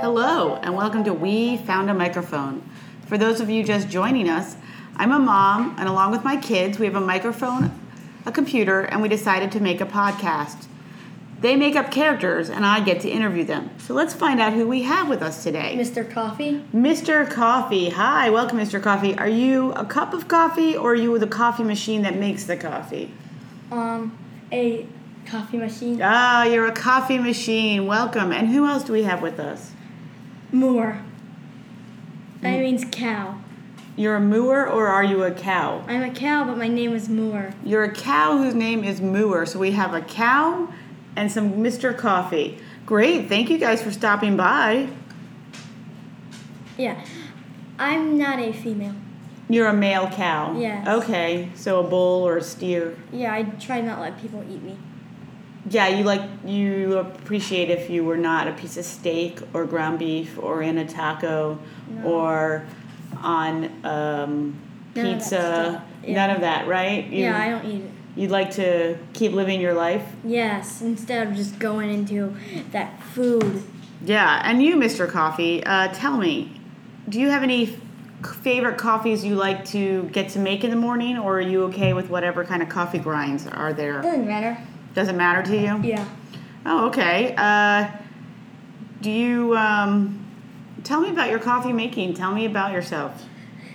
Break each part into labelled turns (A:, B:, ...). A: Hello, and welcome to We Found a Microphone. For those of you just joining us, I'm a mom, and along with my kids, we have a microphone, a computer, and we decided to make a podcast. They make up characters, and I get to interview them. So let's find out who we have with us today.
B: Mr. Coffee?
A: Mr. Coffee. Hi, welcome, Mr. Coffee. Are you a cup of coffee, or are you the coffee machine that makes the coffee?
B: Um, a coffee machine?
A: Ah, you're a coffee machine. Welcome. And who else do we have with us?
B: Moor. That means cow.
A: You're a mooer, or are you a cow?
B: I'm a cow, but my name is Moor.
A: You're a cow whose name is Moor. So we have a cow and some Mr. Coffee. Great. Thank you guys for stopping by.
B: Yeah. I'm not a female.
A: You're a male cow.
B: Yes.
A: Okay. So a bull or a steer.
B: Yeah, I try not let people eat me.
A: Yeah, you like you appreciate if you were not a piece of steak or ground beef or in a taco or on um,
B: None of that
A: pizza.
B: stuff. Yeah.
A: None of that, right? You,
B: Yeah, I don't eat it.
A: You'd like to keep living your life.
B: Yes, instead of just going into that food.
A: Yeah, and you, Mr. Coffee, uh, tell me, do you have any f- favorite coffees you like to get to make in the morning, or are you okay with whatever kind of coffee grinds are there?
B: Doesn't matter.
A: Doesn't matter to you?
B: Yeah.
A: Oh, okay. Uh, do you um, tell me about your coffee making? Tell me about yourself.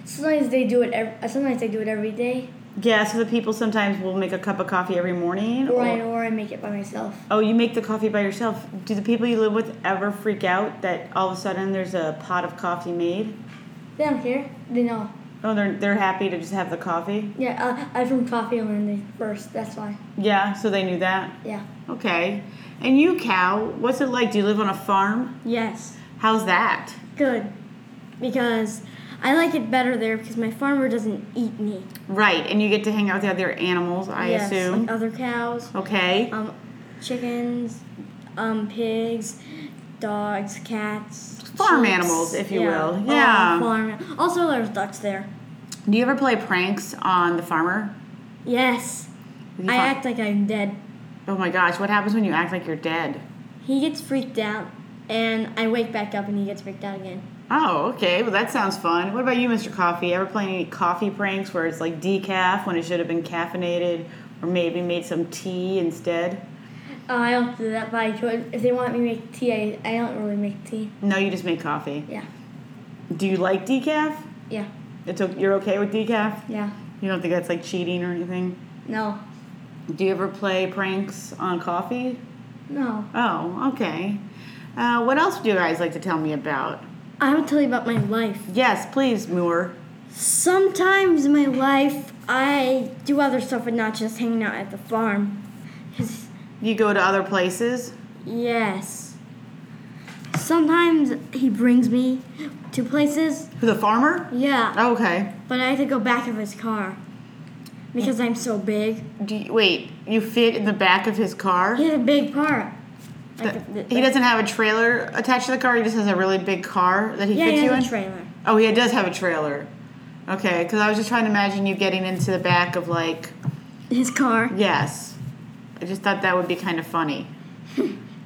B: Sometimes they do it. Ev- uh, sometimes they do it every day,
A: Yeah, so the people sometimes will make a cup of coffee every morning.
B: or I or I make it by myself.
A: Oh, you make the coffee by yourself. Do the people you live with ever freak out that all of a sudden there's a pot of coffee made?
B: They don't care. They know.
A: Oh, they're they're happy to just have the coffee.
B: Yeah, uh, I'm from Coffee Land first. That's why.
A: Yeah, so they knew that.
B: Yeah.
A: Okay. And you, Cal, what's it like? Do you live on a farm?
B: Yes.
A: How's that?
B: Good. Because I like it better there because my farmer doesn't eat me.
A: Right, and you get to hang out with the other animals, I
B: yes,
A: assume.
B: Like other cows,
A: Okay.
B: um, chickens, um, pigs, dogs, cats.
A: Farm
B: sheeps.
A: animals, if you will.
B: all
A: Yeah.
B: farm. Also, there's ducks there.
A: Do you ever play pranks on the farmer?
B: Yes.
A: You fi-
B: I act like I'm dead.
A: Oh my gosh, what happens when you act like you're dead?
B: He gets freaked out, and I wake back up, and he gets freaked out again.
A: Oh, okay. Well, that sounds fun. What about you, Mr. Coffee? Ever play any coffee pranks where it's like decaf when it should have been caffeinated or maybe made some tea instead?
B: Uh, I don't do that, but I could. If they want me to make tea, I, I don't really make tea.
A: No, you just make coffee.
B: Yeah.
A: Do you like decaf?
B: Yeah.
A: It's o- you're okay with decaf?
B: Yeah.
A: You don't think that's like cheating or anything?
B: No.
A: Do you ever play pranks on coffee?
B: No.
A: Oh, okay. Uh, what else do you guys like to tell me about?
B: I will tell you about my life.
A: Yes, please, Moore.
B: Sometimes in my life, I do other stuff and not just hanging out at the farm. 'Cause-
A: You go to other places?
B: yes. Sometimes he brings me to places.
A: Who, the farmer?
B: Yeah,
A: Okay.
B: but I have to go back of his car because I'm so big.
A: Do you, wait, you fit in the back of his car?
B: He has a big part. Like
A: Th-
B: the- the-
A: He doesn't have a trailer attached to the car. He just has a really big car that he
B: Yeah, he
A: fits you in.
B: has a trailer.
A: oh, he does have a trailer. Okay, because I was just trying to imagine you getting into the back of like
B: His car.
A: yes. I just thought that would be kind of funny.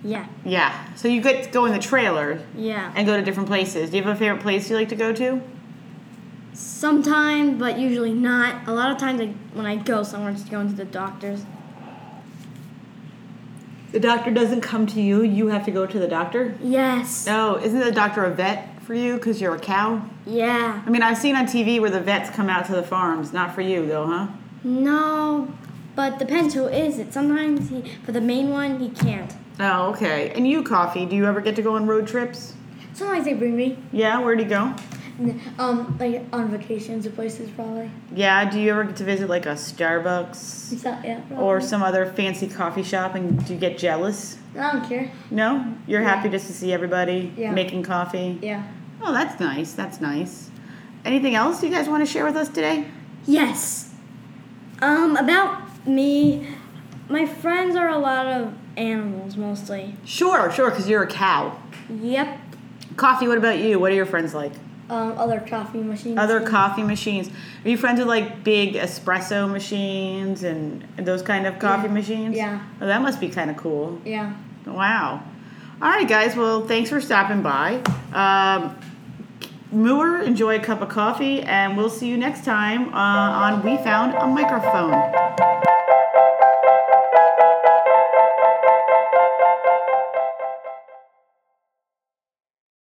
B: Yeah,
A: Yeah. So you get to go in the trailer
B: yeah.
A: and go to different places. Do you have a favorite place you like to go to?
B: Sometimes, but usually not. A lot of times, I, when I go somewhere, I'm just going to the doctor's.
A: The doctor doesn't come to you. You have to go to the doctor.
B: Yes.
A: No, Oh, isn't the doctor a vet for you because you're a cow?
B: Yeah.
A: I mean, I've seen on TV where the vets come out to the farms. Not for you though, huh?
B: No, but depends who is it. Sometimes he, for the main one, he can't.
A: Oh, okay. And you, Coffee, do you ever get to go on road trips?
B: Sometimes they bring me,
A: Yeah, where'd you go?
B: um, like on vacations to places probably.
A: Yeah, do you ever get to visit like a Starbucks
B: It's not- yeah, probably.
A: or some other fancy coffee shop and do you get jealous?
B: I don't care.
A: No? You're happy just to see everybody
B: Yeah.
A: making coffee?
B: Yeah.
A: Oh, that's nice. That's nice. Anything else you guys want to share with us today?
B: Yes. Um, about me, my friends are a lot of animals mostly.
A: Sure, sure, because you're a cow.
B: Yep.
A: Coffee, what about you? What are your friends like?
B: Um, other coffee machines.
A: Other coffee machines. Are you friends with like big espresso machines and those kind of coffee
B: Yeah.
A: machines?
B: Yeah.
A: Oh, that must be kind of cool.
B: Yeah.
A: Wow. All right, guys. Well, thanks for stopping by. Um, Moor, enjoy a cup of coffee, and we'll see you next time uh, on We Found a Microphone.